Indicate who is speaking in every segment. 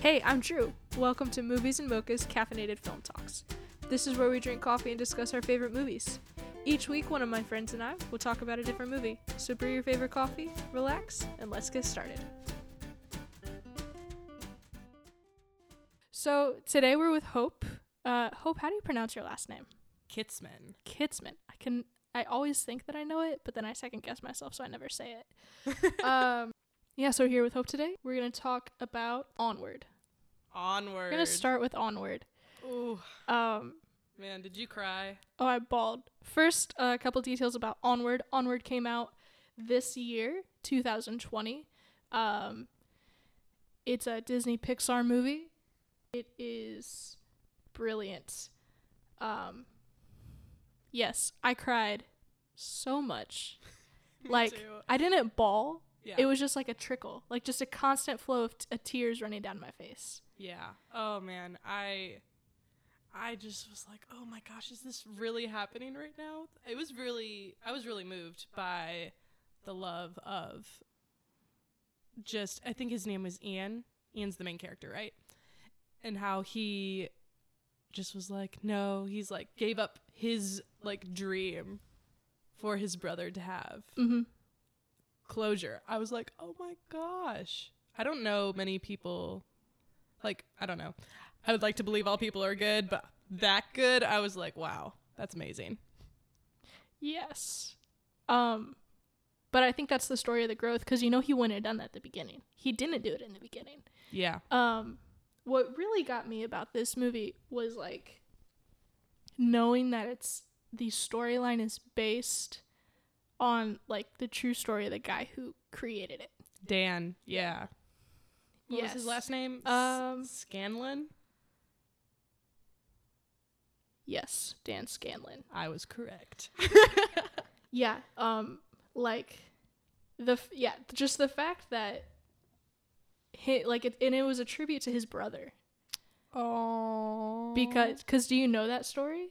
Speaker 1: Hey, I'm Drew. Welcome to Movies and Mocha's Caffeinated Film Talks. This is where we drink coffee and discuss our favorite movies. Each week, one of my friends and I will talk about a different movie. So brew your favorite coffee, relax, and let's get started. So today we're with Hope. Uh, Hope, how do you pronounce your last name?
Speaker 2: Kitsman.
Speaker 1: Kidsman. I can. I always think that I know it, but then I second guess myself, so I never say it. um, yeah. So here with Hope today, we're gonna talk about Onward.
Speaker 2: Onward.
Speaker 1: We're gonna start with Onward.
Speaker 2: Ooh,
Speaker 1: Um,
Speaker 2: man, did you cry?
Speaker 1: oh, I bawled. First, a couple details about Onward. Onward came out this year, 2020. Um, it's a Disney Pixar movie. It is brilliant. Um, yes, I cried so much. like
Speaker 2: too.
Speaker 1: I didn't bawl.
Speaker 2: Yeah.
Speaker 1: It was just like a trickle, like just a constant flow of t- of tears running down my face.
Speaker 2: yeah. Oh man, I I just was like, "Oh my gosh, is this really happening right now?" It was really I was really moved by the love of just I think his name was Ian. Ian's the main character, right? And how he just was like, "No, he's like gave up his like dream for his brother to have."
Speaker 1: Mm-hmm.
Speaker 2: closure. I was like, oh my gosh. I don't know many people, like, I don't know. I would like to believe all people are good, but that good, I was like, wow, that's amazing.
Speaker 1: Yes. Um but I think that's the story of the growth cuz you know he wouldn't have done that at the beginning. He didn't do it in the beginning.
Speaker 2: Yeah.
Speaker 1: Um what really got me about this movie was like knowing that it's the storyline is based on like the true story of the guy who created it.
Speaker 2: Dan, yeah. What
Speaker 1: yes.
Speaker 2: was his last name? S-
Speaker 1: Um,
Speaker 2: Scanlon?
Speaker 1: Yes, Dan Scanlon.
Speaker 2: I was correct.
Speaker 1: Yeah. Um. Like, the f- yeah, just the fact that he like it, and it was a tribute to his brother
Speaker 2: Oh.
Speaker 1: because because do you know that story?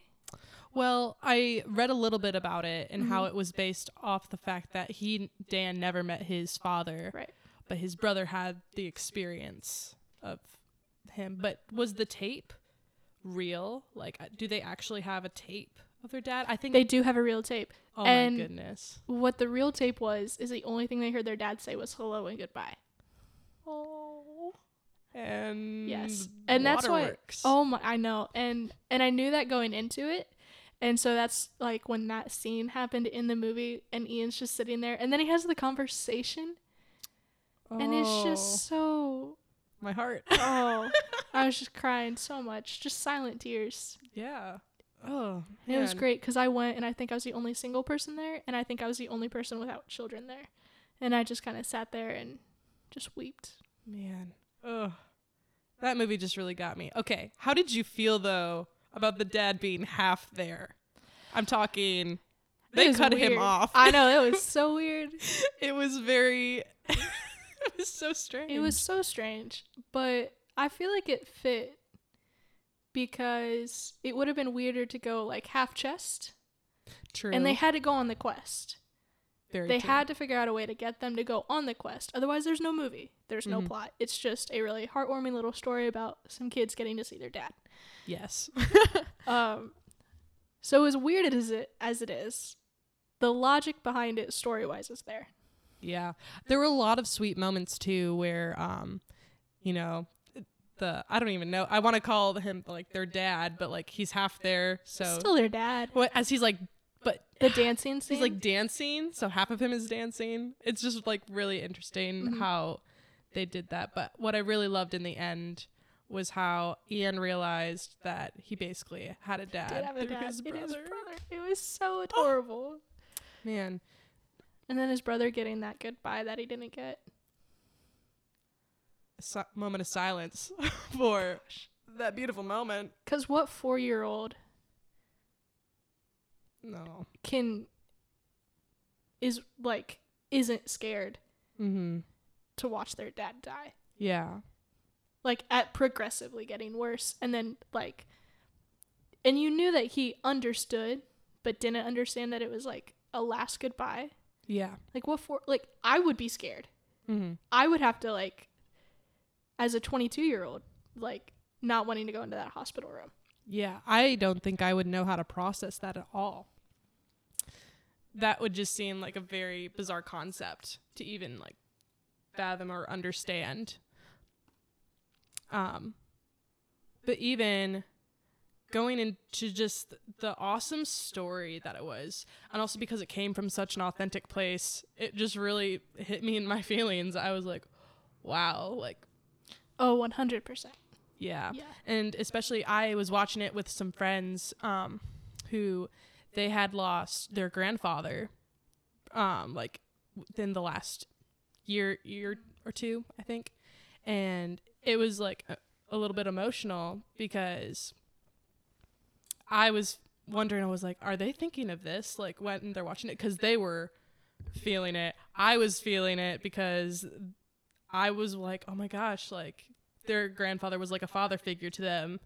Speaker 2: Well, I read a little bit about it and how
Speaker 1: Mm-hmm.
Speaker 2: it was based off the fact that he, Dan, never met his father.
Speaker 1: Right.
Speaker 2: but his brother had the experience of him. But was the tape real? Like, uh, do they actually have a tape of their dad? I think.
Speaker 1: They do have a real tape.
Speaker 2: oh
Speaker 1: and-
Speaker 2: my goodness.
Speaker 1: What the real tape was is the only thing they heard their dad say was hello and goodbye.
Speaker 2: Oh. And
Speaker 1: Yes, and that's why.
Speaker 2: Waterworks.
Speaker 1: Oh my, I know, and and I knew that going into it, and so that's like when that scene happened in the movie, and Ian's just sitting there, and then he has the conversation, and it's just so
Speaker 2: Oh, my heart.
Speaker 1: Oh, I was just crying so much, just silent tears.
Speaker 2: yeah. Oh,
Speaker 1: And It was
Speaker 2: man.
Speaker 1: great because I went and I think I was the only single person there, and I think I was the only person without children there, and I just kind of sat there and just wept.
Speaker 2: Man. Ugh. That movie just really got me. Okay. How did you feel though about the dad being half there? I'm
Speaker 1: It
Speaker 2: talking they
Speaker 1: was
Speaker 2: cut
Speaker 1: weird.
Speaker 2: him off.
Speaker 1: I know it was so weird.
Speaker 2: it was very it was so strange.
Speaker 1: It was so strange, but I feel like it fit because it would have been weirder to go like half chest,
Speaker 2: true.
Speaker 1: and they had to go on the quest.
Speaker 2: Very
Speaker 1: they
Speaker 2: true.
Speaker 1: had to figure out a way to get them to go on the quest. Otherwise, there's no movie. There's no
Speaker 2: Mhm.
Speaker 1: plot. It's just a really heartwarming little story about some kids getting to see their dad.
Speaker 2: yes.
Speaker 1: Um, so as weird as it as it is, the logic behind it story wise is there.
Speaker 2: Yeah. There were a lot of sweet moments too where um you know the I don't even know. I want to call him like their dad, but like he's half there. So
Speaker 1: Still their dad.
Speaker 2: what as he's like but
Speaker 1: The dancing scene.
Speaker 2: He's like dancing, so half of him is dancing. It's just like really interesting
Speaker 1: Mm-hmm.
Speaker 2: how they did that. But what I really loved in the end was how Ian realized that he basically had a dad,
Speaker 1: did have a
Speaker 2: through
Speaker 1: dad.
Speaker 2: his
Speaker 1: It
Speaker 2: brother.
Speaker 1: is brother. It was so adorable.
Speaker 2: Man,
Speaker 1: And then his brother getting that goodbye that he didn't get.
Speaker 2: a si- moment of silence for that beautiful moment.
Speaker 1: Cause what four year old
Speaker 2: No.
Speaker 1: can is like isn't scared
Speaker 2: Mm-hmm.
Speaker 1: to watch their dad die?
Speaker 2: Yeah.
Speaker 1: like at progressively getting worse and then like and you knew that he understood but didn't understand that it was like a last goodbye
Speaker 2: Yeah.
Speaker 1: like what for like i would be scared
Speaker 2: Mm-hmm.
Speaker 1: i would have to like as a 22 year old, like not wanting to go into that hospital room.
Speaker 2: Yeah, I don't think I would know how to process that at all. That would just seem like a very bizarre concept to even like fathom or understand. Um but even going into just the awesome story that it was and also because it came from such an authentic place, it just really hit me in my feelings. I was like, wow, like
Speaker 1: Oh, 100%.
Speaker 2: yeah.
Speaker 1: Yeah.
Speaker 2: And especially I was watching it with some friends um who they had lost their grandfather um like within the last year year or two, I think. And it was like a, a little bit emotional because I was wondering I was like are they thinking of this like when they're watching it cuz they were feeling it. I was feeling it because I was like, oh my gosh, like their grandfather was like a father figure to them,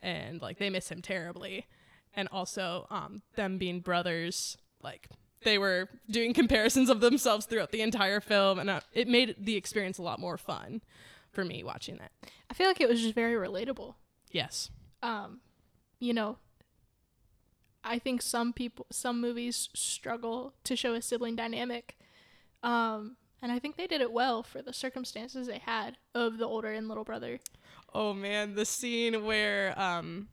Speaker 2: and like they miss him terribly, and also um, them being brothers, like they were doing comparisons of themselves throughout the entire film, and uh, it made the experience a lot more fun for me watching it.
Speaker 1: I feel like it was just very relatable.
Speaker 2: Yes,
Speaker 1: um, you know, I think some people, some movies struggle to show a sibling dynamic. Um, and I think they did it well for the circumstances they had of the older and little brother.
Speaker 2: Oh man, the scene where um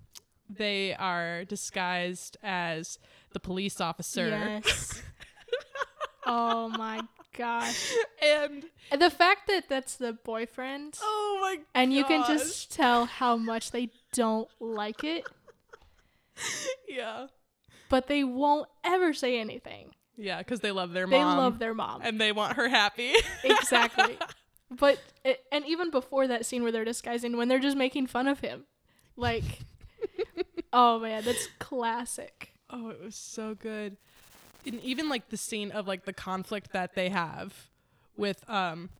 Speaker 2: they are disguised as the police officer.
Speaker 1: Yes. oh my gosh.
Speaker 2: And
Speaker 1: And the fact that that's the boyfriend
Speaker 2: oh my
Speaker 1: and you can
Speaker 2: gosh.
Speaker 1: just tell how much they don't like it,
Speaker 2: Yeah.
Speaker 1: but they won't ever say anything.
Speaker 2: Yeah, because they love their
Speaker 1: They
Speaker 2: mom.
Speaker 1: love their mom.
Speaker 2: and they want her happy.
Speaker 1: exactly. But it, and even before that scene where they're disguising, when they're just making fun of him, like, oh man, that's classic.
Speaker 2: oh, it was so good. And even like the scene of like the conflict that they have with um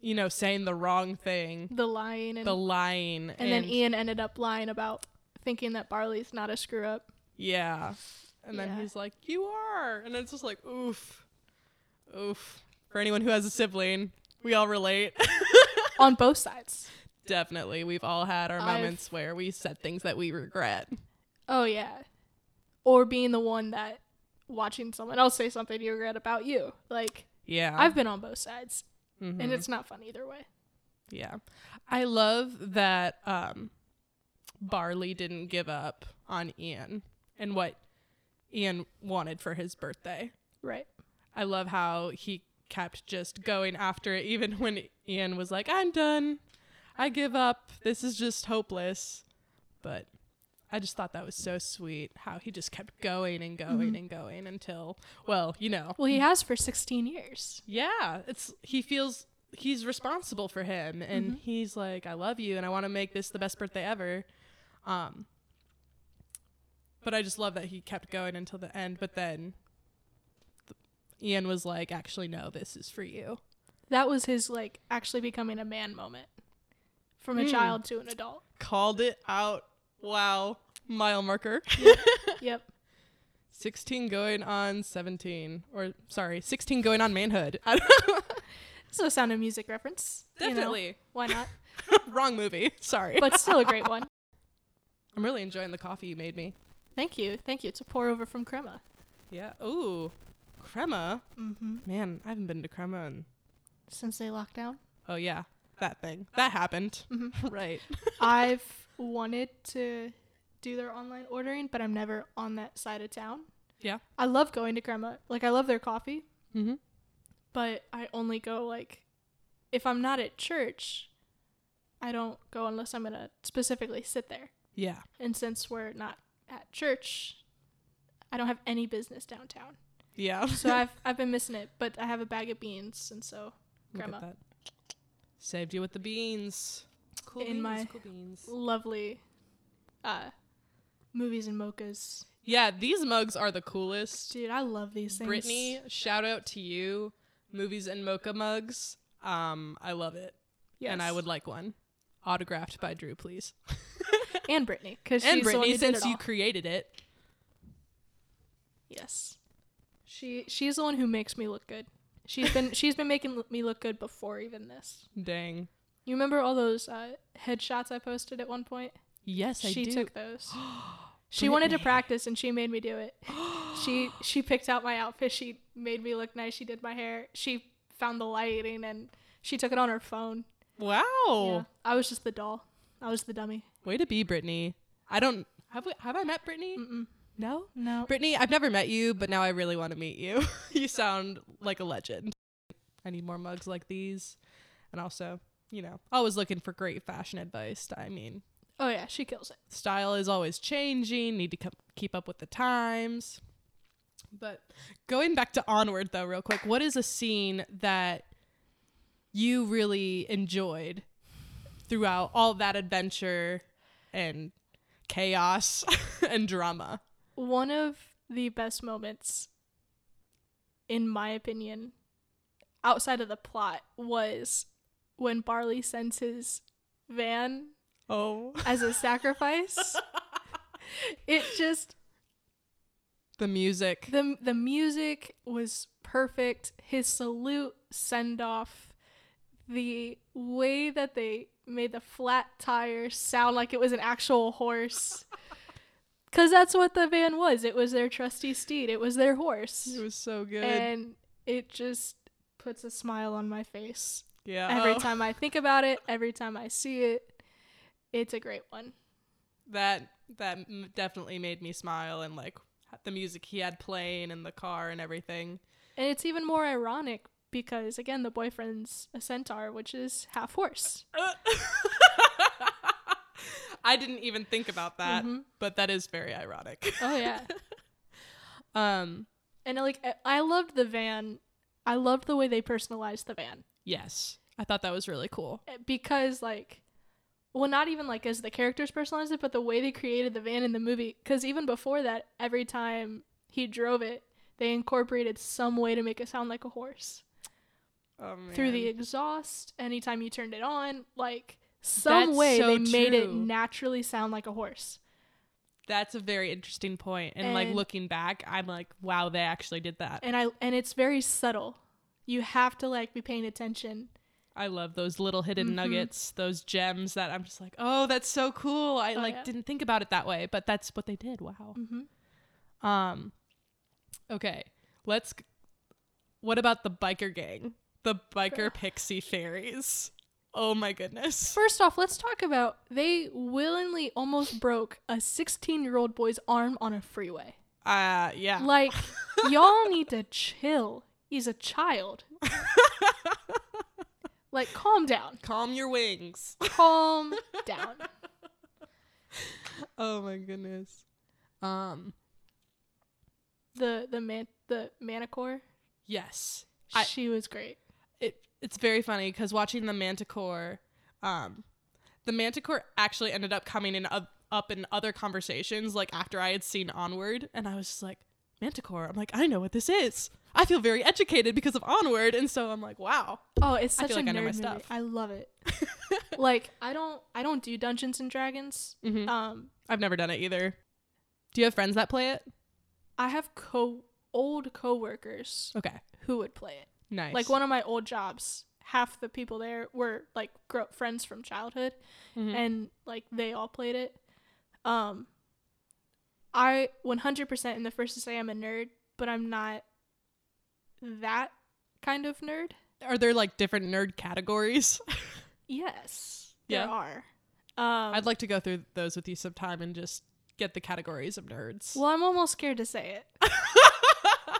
Speaker 2: you know, saying the wrong thing,
Speaker 1: The lying and
Speaker 2: the lying
Speaker 1: and then Ian ended up lying about thinking that Barley's not a screw up.
Speaker 2: Yeah. And then
Speaker 1: Yeah.
Speaker 2: he's like, "You are." And it's just like, "Oof." Oof. For anyone who has a sibling, we all relate.
Speaker 1: On both sides.
Speaker 2: Definitely. We've all had our
Speaker 1: I've-
Speaker 2: moments where we said things that we regret.
Speaker 1: Oh yeah. Or being the one that watching someone else say something you regret about you. Like
Speaker 2: Yeah.
Speaker 1: I've been on both sides
Speaker 2: Mhm.
Speaker 1: and it's not fun either way.
Speaker 2: Yeah. I love that um Barley didn't give up on Ian and what Ian wanted for his birthday.
Speaker 1: Right.
Speaker 2: I love how he kept just going after it even when Ian was like, "I'm done. I give up. This is just hopeless." But I just thought that was so sweet how he just kept going and going and going until well, you know,
Speaker 1: Well, he has for 16 years.
Speaker 2: yeah, it's he feels he's responsible for him, and he's like, "I love you, and I want to make this the best birthday ever." Um, but I just love that he kept going until the end. But then th- Ian was like, "Actually, no, this is for you."
Speaker 1: that was his like actually becoming a man moment from a
Speaker 2: Mm.
Speaker 1: child to an adult
Speaker 2: Called it out. Wow, mile marker.
Speaker 1: yep
Speaker 2: Sixteen going on seventeen, or sorry, sixteen going on manhood.
Speaker 1: so sound of music reference you know,
Speaker 2: Definitely
Speaker 1: why not
Speaker 2: wrong movie. Sorry,
Speaker 1: but still a great one
Speaker 2: I'm really enjoying the coffee you made me.
Speaker 1: thank you thank you it's a pour over from crema
Speaker 2: Yeah. Ooh, crema.
Speaker 1: mm-hmm.
Speaker 2: Man, I haven't been to Crema in.
Speaker 1: since they locked down
Speaker 2: Oh yeah, that thing that happened.
Speaker 1: Mhm.
Speaker 2: right.
Speaker 1: i've wanted to do their online ordering but i'm never on that side of town
Speaker 2: Yeah.
Speaker 1: i love going to crema like i love their coffee
Speaker 2: Mm-hmm.
Speaker 1: but i only go like if i'm not at church i don't go unless i'm gonna specifically sit there
Speaker 2: Yeah.
Speaker 1: And since we're not at church, I don't have any business downtown.
Speaker 2: Yeah.
Speaker 1: So I've I've been missing it, but I have a bag of beans, and so
Speaker 2: Look at
Speaker 1: Crema.
Speaker 2: that. Saved you with the beans. Cool
Speaker 1: In my-
Speaker 2: Cool beans.
Speaker 1: lovely uh movies and mochas.
Speaker 2: Yeah, these mugs are the coolest.
Speaker 1: Dude, I love these things.
Speaker 2: Brittany, shout out to you. Movies and mocha mugs. Um, I love it,
Speaker 1: yes.
Speaker 2: and I would like one autographed by Drew, please.
Speaker 1: and Brittany because
Speaker 2: and
Speaker 1: she's the one
Speaker 2: Brittany,
Speaker 1: who did it
Speaker 2: since you
Speaker 1: all.
Speaker 2: created it.
Speaker 1: yes, she she's the one who makes me look good. She's been she's been making l- me look good before even this.
Speaker 2: Dang.
Speaker 1: You remember all those uh, headshots I posted at one point?
Speaker 2: Yes, I
Speaker 1: she
Speaker 2: do.
Speaker 1: took those. she wanted to
Speaker 2: Brittany.
Speaker 1: practice and she made me do it. she she picked out my outfit. She made me look nice. She did my hair. She found the lighting and she took it on her phone.
Speaker 2: wow. Oh.
Speaker 1: Yeah. I was just the doll. I was the dummy.
Speaker 2: Way to be, Brittany. I don't have we, have I met Brittany?
Speaker 1: Mm-mm.
Speaker 2: No.
Speaker 1: No.
Speaker 2: Brittany, I've never met you, but now I really want to meet you. you sound like a legend. I need more mugs like these. And also, you know, always looking for great fashion advice. I mean,
Speaker 1: Oh yeah, she kills it.
Speaker 2: style is always changing, need to co- keep up with the times. But going back to Onward, though, real quick, what is a scene that you really enjoyed throughout all that adventure and chaos and drama?
Speaker 1: One of the best moments in my opinion outside of the plot was when Barley sends his van
Speaker 2: Oh,
Speaker 1: as a sacrifice. it just
Speaker 2: the music.
Speaker 1: the the music was perfect. His salute send off, the way that they made the flat tire sound like it was an actual horse. Cause that's what the van was. It was their trusty steed. It was their horse.
Speaker 2: It was so good.
Speaker 1: And it just puts a smile on my face
Speaker 2: yeah.
Speaker 1: every
Speaker 2: oh,
Speaker 1: time I think about it, every time I see it. It's a great one.
Speaker 2: That that m- definitely made me smile and like the music he had playing in the car and everything.
Speaker 1: And it's even more ironic because, again, the boyfriend's a centaur, which is half horse.
Speaker 2: Uh, I didn't even think about that,
Speaker 1: Mhm.
Speaker 2: but that is very ironic.
Speaker 1: Oh, yeah.
Speaker 2: um,
Speaker 1: and, like, I- I loved the van. I loved the way they personalized the van eh,
Speaker 2: yes. I thought that was really cool.
Speaker 1: because, like, well, not even like as the characters personalized it, but the way they created the van in the movie. Because even before that, every time he drove it, they incorporated some way to make it sound like a horse
Speaker 2: Oh,
Speaker 1: through the exhaust. Anytime you turned it on, like some
Speaker 2: That's
Speaker 1: way
Speaker 2: so
Speaker 1: they made it
Speaker 2: true.
Speaker 1: naturally sound like a horse.
Speaker 2: That's a very interesting point. And, like
Speaker 1: And-
Speaker 2: looking back, I'm like, wow, they actually did that.
Speaker 1: and I and it's very subtle. You have to like be paying attention.
Speaker 2: I love those little hidden
Speaker 1: Mhm.
Speaker 2: nuggets, those gems that I'm just like, oh, that's so cool. I
Speaker 1: Oh,
Speaker 2: like
Speaker 1: yeah.
Speaker 2: didn't think about it that way, but that's what they did. Wow.
Speaker 1: Mm-hmm.
Speaker 2: Um, okay, let's. g- What about the biker gang? The biker pixie fairies. Oh my goodness.
Speaker 1: First off, let's talk about they willingly almost broke a 16-year-old boy's arm on a freeway.
Speaker 2: Uh, yeah.
Speaker 1: Like y'all need to chill. He's a child. Like calm down.
Speaker 2: Calm your wings.
Speaker 1: Calm down.
Speaker 2: Oh my goodness. Um.
Speaker 1: The the man the manicure,
Speaker 2: Yes. I-
Speaker 1: she was great.
Speaker 2: It it's very funny because watching the Manticore, um, the Manticore actually ended up coming in up, up in other conversations. Like after I had seen Onward, and I was just like, Manticore. I'm like, I know what this is. I feel very educated because of Onward, and so I'm like, wow,
Speaker 1: Oh, it's
Speaker 2: I
Speaker 1: such a
Speaker 2: feel like I
Speaker 1: nerd
Speaker 2: know my
Speaker 1: movie.
Speaker 2: stuff.
Speaker 1: I love it. like I don't I don't do Dungeons and Dragons.
Speaker 2: Mhm.
Speaker 1: Um
Speaker 2: I've never done it either. Do you have friends that play it?
Speaker 1: I have co old coworkers
Speaker 2: Okay,
Speaker 1: who would play it.
Speaker 2: nice.
Speaker 1: Like one of my old jobs, half the people there were like grow- friends from childhood,
Speaker 2: Mhm.
Speaker 1: and like they all played it. Um, I 100% in the first to say I'm a nerd, but I'm not that kind of nerd.
Speaker 2: Are there like different nerd categories?
Speaker 1: Yes,
Speaker 2: Yeah.
Speaker 1: there are. Um,
Speaker 2: I'd like to go through those with you sometime and just get the categories of nerds.
Speaker 1: well, I'm almost scared to say it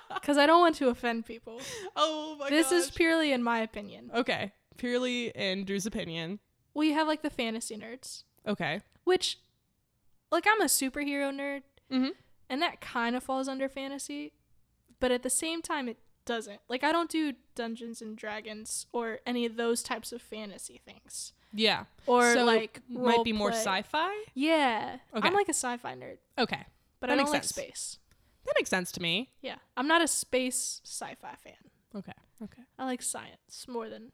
Speaker 1: because I don't want to offend people.
Speaker 2: oh my
Speaker 1: this is
Speaker 2: gosh. Oh.
Speaker 1: purely in my opinion.
Speaker 2: okay. Purely in Drew's opinion.
Speaker 1: Well, you have like the fantasy nerds.
Speaker 2: Okay.
Speaker 1: which like I'm a superhero nerd
Speaker 2: Mm-hmm.
Speaker 1: and that kind of falls under fantasy, but at the same time it doesn't. Like I don't do Dungeons and Dragons or any of those types of fantasy things.
Speaker 2: Yeah.
Speaker 1: Or
Speaker 2: so
Speaker 1: like
Speaker 2: might be more
Speaker 1: roleplay.
Speaker 2: sci-fi.
Speaker 1: Yeah.
Speaker 2: Okay.
Speaker 1: I'm like a sci-fi nerd,
Speaker 2: Okay.
Speaker 1: but
Speaker 2: That
Speaker 1: I
Speaker 2: makes
Speaker 1: don't like
Speaker 2: sense.
Speaker 1: space.
Speaker 2: That makes sense to me.
Speaker 1: Yeah. I'm not a space sci-fi fan.
Speaker 2: Okay. Okay.
Speaker 1: I like science more than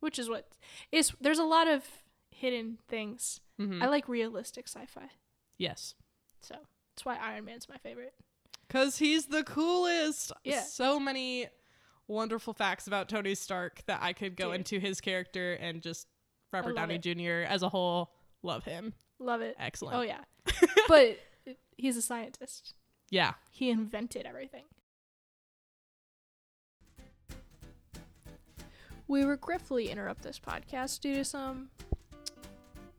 Speaker 1: which is what is there's a lot of hidden things.
Speaker 2: Mm-hmm.
Speaker 1: I like realistic sci-fi.
Speaker 2: yes.
Speaker 1: So, that's why Iron Man's my favorite.
Speaker 2: Cuz he's the coolest.
Speaker 1: Yeah.
Speaker 2: So many wonderful facts about Tony Stark that I could go
Speaker 1: Dude.
Speaker 2: into his character and just Robert
Speaker 1: love
Speaker 2: Downey Jr. as a whole. Love him.
Speaker 1: Love it.
Speaker 2: Excellent.
Speaker 1: Oh yeah. but he's a scientist.
Speaker 2: yeah.
Speaker 1: He invented everything. We regretfully interrupt this podcast due to some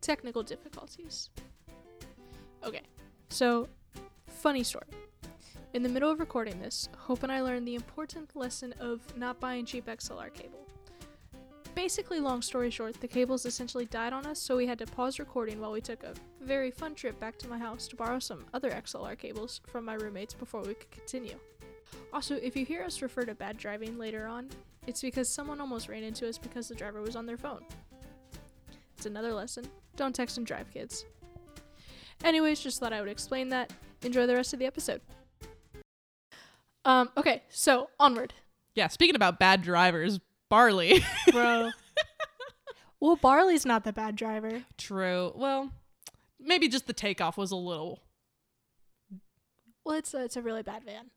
Speaker 1: technical difficulties. Okay, so funny story. In the middle of recording this, Hope and I learned the important lesson of not buying cheap XLR cable. Basically, long story short, the cables essentially died on us, so we had to pause recording while we took a very fun trip back to my house to borrow some other XLR cables from my roommates before we could continue. Also, if you hear us refer to bad driving later on, it's because someone almost ran into us because the driver was on their phone. It's another lesson. Don't text and drive, kids. Anyways, just thought I would explain that. Enjoy the rest of the episode. Um, okay, so onward.
Speaker 2: Yeah. Speaking about bad drivers, Barley.
Speaker 1: Bro. well, Barley's not the bad driver.
Speaker 2: True. Well, maybe just the takeoff was a little.
Speaker 1: Well, it's a, it's a really bad van.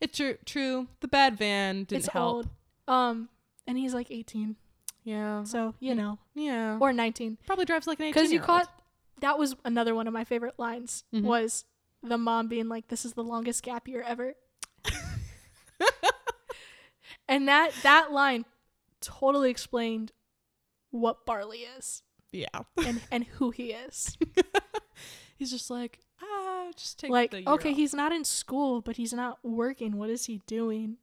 Speaker 2: It's true. True. The bad van didn't
Speaker 1: it's
Speaker 2: help.
Speaker 1: old. Um, and he's like 18,
Speaker 2: Yeah.
Speaker 1: so you know,
Speaker 2: yeah.
Speaker 1: or 19.
Speaker 2: Probably drives like an eighteen.
Speaker 1: Because you caught that was another one of my favorite lines
Speaker 2: Mhm.
Speaker 1: was the mom being like, "This is the longest gap year ever," and that that line totally explained what Barley is
Speaker 2: Yeah.
Speaker 1: and and who he is.
Speaker 2: He's just like ah, just take
Speaker 1: like,
Speaker 2: the year
Speaker 1: okay,
Speaker 2: off."
Speaker 1: he's not in school, but he's not working. What is he doing?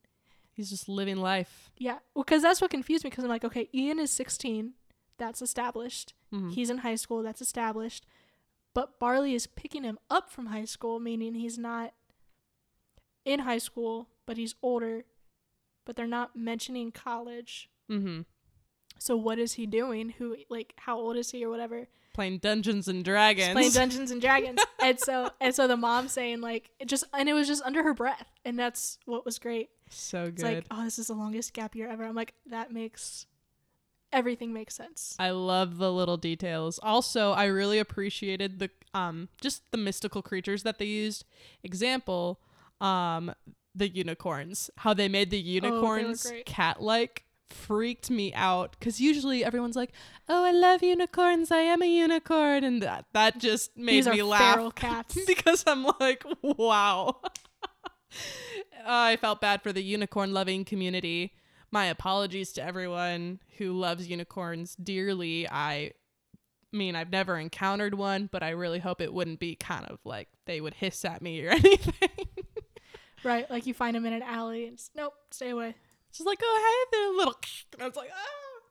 Speaker 2: He's just living life.
Speaker 1: Yeah, because that's what confused me. Because I'm like, okay, Ian is 16, that's established.
Speaker 2: Mhm.
Speaker 1: He's in high school, that's established. But Barley is picking him up from high school, meaning he's not in high school, but he's older. But they're not mentioning college.
Speaker 2: Mm-hmm.
Speaker 1: So what is he doing? Who like how old is he or whatever?
Speaker 2: Playing Dungeons and
Speaker 1: He's
Speaker 2: Dragons.
Speaker 1: playing Dungeons and Dragons. and so and so the mom saying like it just and it was just under her breath. And that's what was great.
Speaker 2: so good.
Speaker 1: It's like, oh, this is the longest gap year ever. I'm like, that makes everything makes sense.
Speaker 2: I love the little details. Also, I really appreciated the um just the mystical creatures that they used. Example, um the unicorns. How they made the
Speaker 1: Oh, they were
Speaker 2: unicorns
Speaker 1: great.
Speaker 2: cat-like freaked me out cuz usually everyone's like, "Oh, I love unicorns. I am a unicorn." And that, that just made
Speaker 1: These
Speaker 2: me
Speaker 1: are
Speaker 2: laugh
Speaker 1: feral cats.
Speaker 2: because I'm like, "Wow." I felt bad for the unicorn loving community. My apologies to everyone who loves unicorns dearly. I mean, I've never encountered one, but I really hope it wouldn't be kind of like they would hiss at me or anything.
Speaker 1: Right, like you find them in an alley and it's, nope, stay away.
Speaker 2: She's like, oh, hey, they're little. And I was like, ah.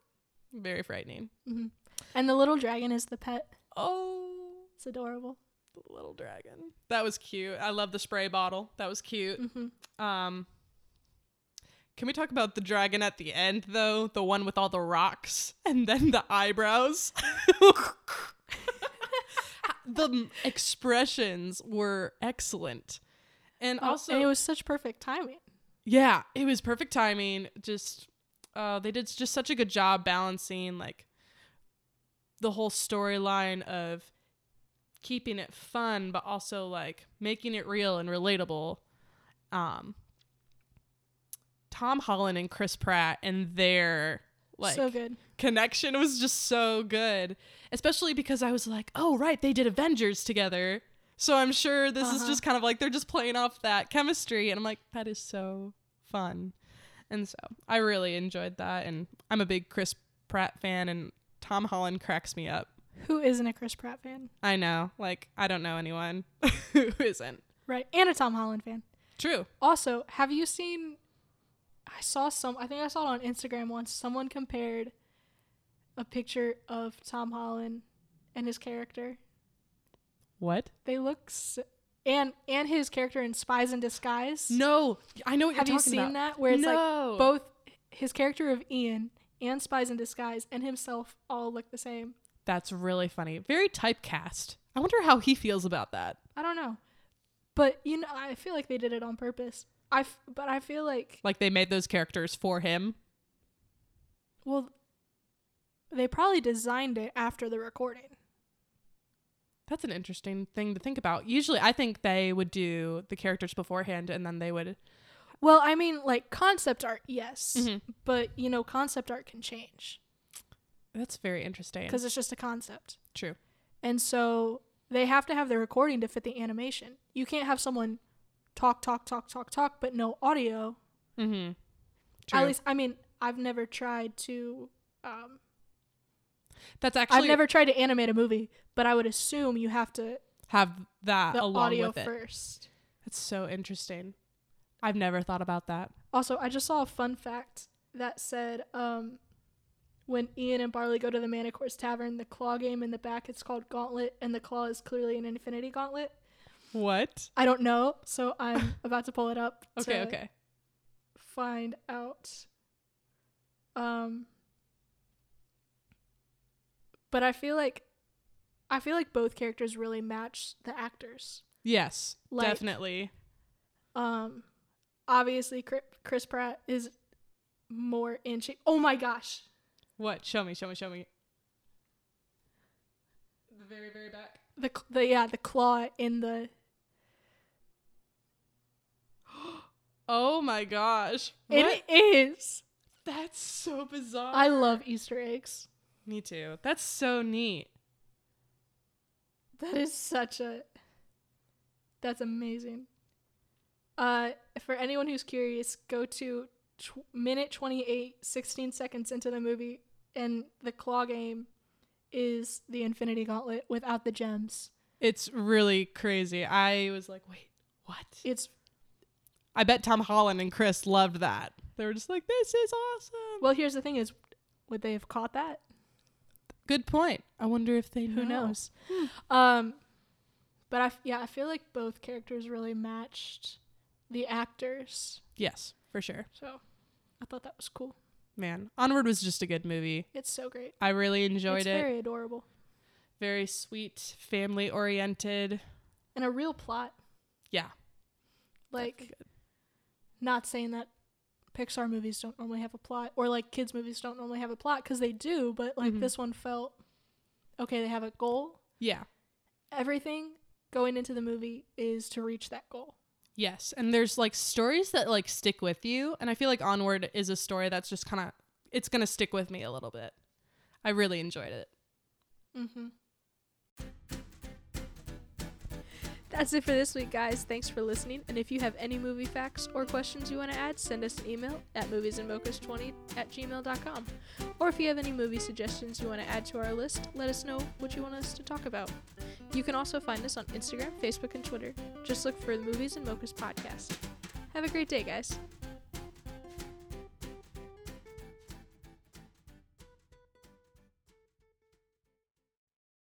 Speaker 2: Very frightening.
Speaker 1: hmm And the little dragon is the pet.
Speaker 2: Oh,
Speaker 1: It's adorable.
Speaker 2: the little dragon. That was cute. I love the spray bottle. That was cute.
Speaker 1: hmm
Speaker 2: Um, can we talk about the dragon at the end though? The one with all the rocks and then the eyebrows. the m- expressions were excellent, and also
Speaker 1: Oh, and it was such perfect timing.
Speaker 2: yeah, it was perfect timing. Just uh, they did just such a good job balancing like the whole storyline of keeping it fun, but also like making it real and relatable. Um, Tom Holland and Chris Pratt and their like
Speaker 1: so good.
Speaker 2: connection was just so good, especially because I was like, oh right, they did Avengers together. So I'm sure this is
Speaker 1: Uh-huh.
Speaker 2: just kind of like they're just playing off that chemistry, and I'm like, that is so fun. And so I really enjoyed that, and I'm a big Chris Pratt fan, and Tom Holland cracks me up.
Speaker 1: Who isn't a Chris Pratt fan?
Speaker 2: I know, like I don't know anyone who isn't.
Speaker 1: Right, and a Tom Holland fan.
Speaker 2: True.
Speaker 1: Also, have you seen? I saw some. I think I saw it on Instagram once. Someone compared a picture of Tom Holland and his character.
Speaker 2: What?
Speaker 1: They look s and and his character in Spies in Disguise.
Speaker 2: No, I know what
Speaker 1: have
Speaker 2: you're
Speaker 1: you
Speaker 2: talking
Speaker 1: seen
Speaker 2: about.
Speaker 1: that? Where it's like
Speaker 2: No.
Speaker 1: both his character of Ian and Spies in Disguise and himself all look the same.
Speaker 2: That's really funny. Very typecast. I wonder how he feels about that.
Speaker 1: I don't know, but you know, I feel like they did it on purpose. I f- but I feel like
Speaker 2: Like they made those characters for him.
Speaker 1: well, they probably designed it after the recording.
Speaker 2: That's an interesting thing to think about. Usually, I think they would do the characters beforehand and then they would
Speaker 1: Well, I mean, like concept art, yes,
Speaker 2: Mhm.
Speaker 1: but you know, concept art can change
Speaker 2: That's very interesting.
Speaker 1: because it's just a concept,
Speaker 2: True.
Speaker 1: and so they have to have the recording to fit the animation. You can't have someone talk, talk, talk, talk, talk, but no audio.
Speaker 2: Mm-hmm.
Speaker 1: At least, I mean, I've never tried to. Um,
Speaker 2: that's actually
Speaker 1: I've never tried to animate a movie, but I would assume you have to
Speaker 2: have that
Speaker 1: the
Speaker 2: along
Speaker 1: audio
Speaker 2: with it.
Speaker 1: first.
Speaker 2: That's so interesting. I've never thought about that.
Speaker 1: Also, I just saw a fun fact that said um, when Ian and Barley go to the Manicore's Tavern, the claw game in the back it's called Gauntlet, and the claw is clearly an infinity gauntlet.
Speaker 2: What?
Speaker 1: I don't know, so I'm about to pull it up
Speaker 2: Okay,
Speaker 1: to
Speaker 2: okay.
Speaker 1: find out. Um, but I feel like I feel like both characters really match the actors.
Speaker 2: Yes,
Speaker 1: Like-
Speaker 2: definitely.
Speaker 1: Um, obviously, Chri- Chris Pratt is more in shape. Oh my gosh.
Speaker 2: What? Show me, show me, show me. The very, very back.
Speaker 1: the cl- the yeah the claw in the
Speaker 2: Oh my gosh. What?
Speaker 1: it is
Speaker 2: That's so bizarre.
Speaker 1: i love easter eggs
Speaker 2: me too. That's so neat.
Speaker 1: that is such a that's amazing uh for anyone who's curious go to tw- minute 28 16 seconds into the movie and the claw game is the infinity gauntlet without the gems
Speaker 2: It's really crazy. I was like, wait, what?
Speaker 1: it's
Speaker 2: I bet Tom Holland and Chris loved that. They were just like, this is awesome.
Speaker 1: well here's the thing is would they have caught that
Speaker 2: Good point. I wonder if they
Speaker 1: who
Speaker 2: know.
Speaker 1: knows um but i f- yeah i feel like both characters really matched the actors
Speaker 2: Yes, for sure.
Speaker 1: so i thought that was cool
Speaker 2: Man, Onward was just a good movie.
Speaker 1: it's so great
Speaker 2: I really enjoyed
Speaker 1: it's
Speaker 2: it.
Speaker 1: very adorable
Speaker 2: very sweet, family oriented.
Speaker 1: and a real plot
Speaker 2: Yeah.
Speaker 1: like not saying that pixar movies don't normally have a plot or like kids movies don't normally have a plot because they do but like
Speaker 2: Mhm.
Speaker 1: this one felt okay they have a goal
Speaker 2: Yeah.
Speaker 1: everything going into the movie is to reach that goal
Speaker 2: Yes. And there's like stories that like stick with you. And I feel like Onward is a story that's just kind of, it's going to stick with me a little bit. I really enjoyed it.
Speaker 1: Mm-hmm. That's it for this week, guys. Thanks for listening. And if you have any movie facts or questions you want to add, send us an email at moviesandmochas20 at gmail.com. Or if you have any movie suggestions you want to add to our list, let us know what you want us to talk about. You can also find us on Instagram, Facebook, and Twitter. Just look for the Movies and Mochas podcast. Have a great day, guys.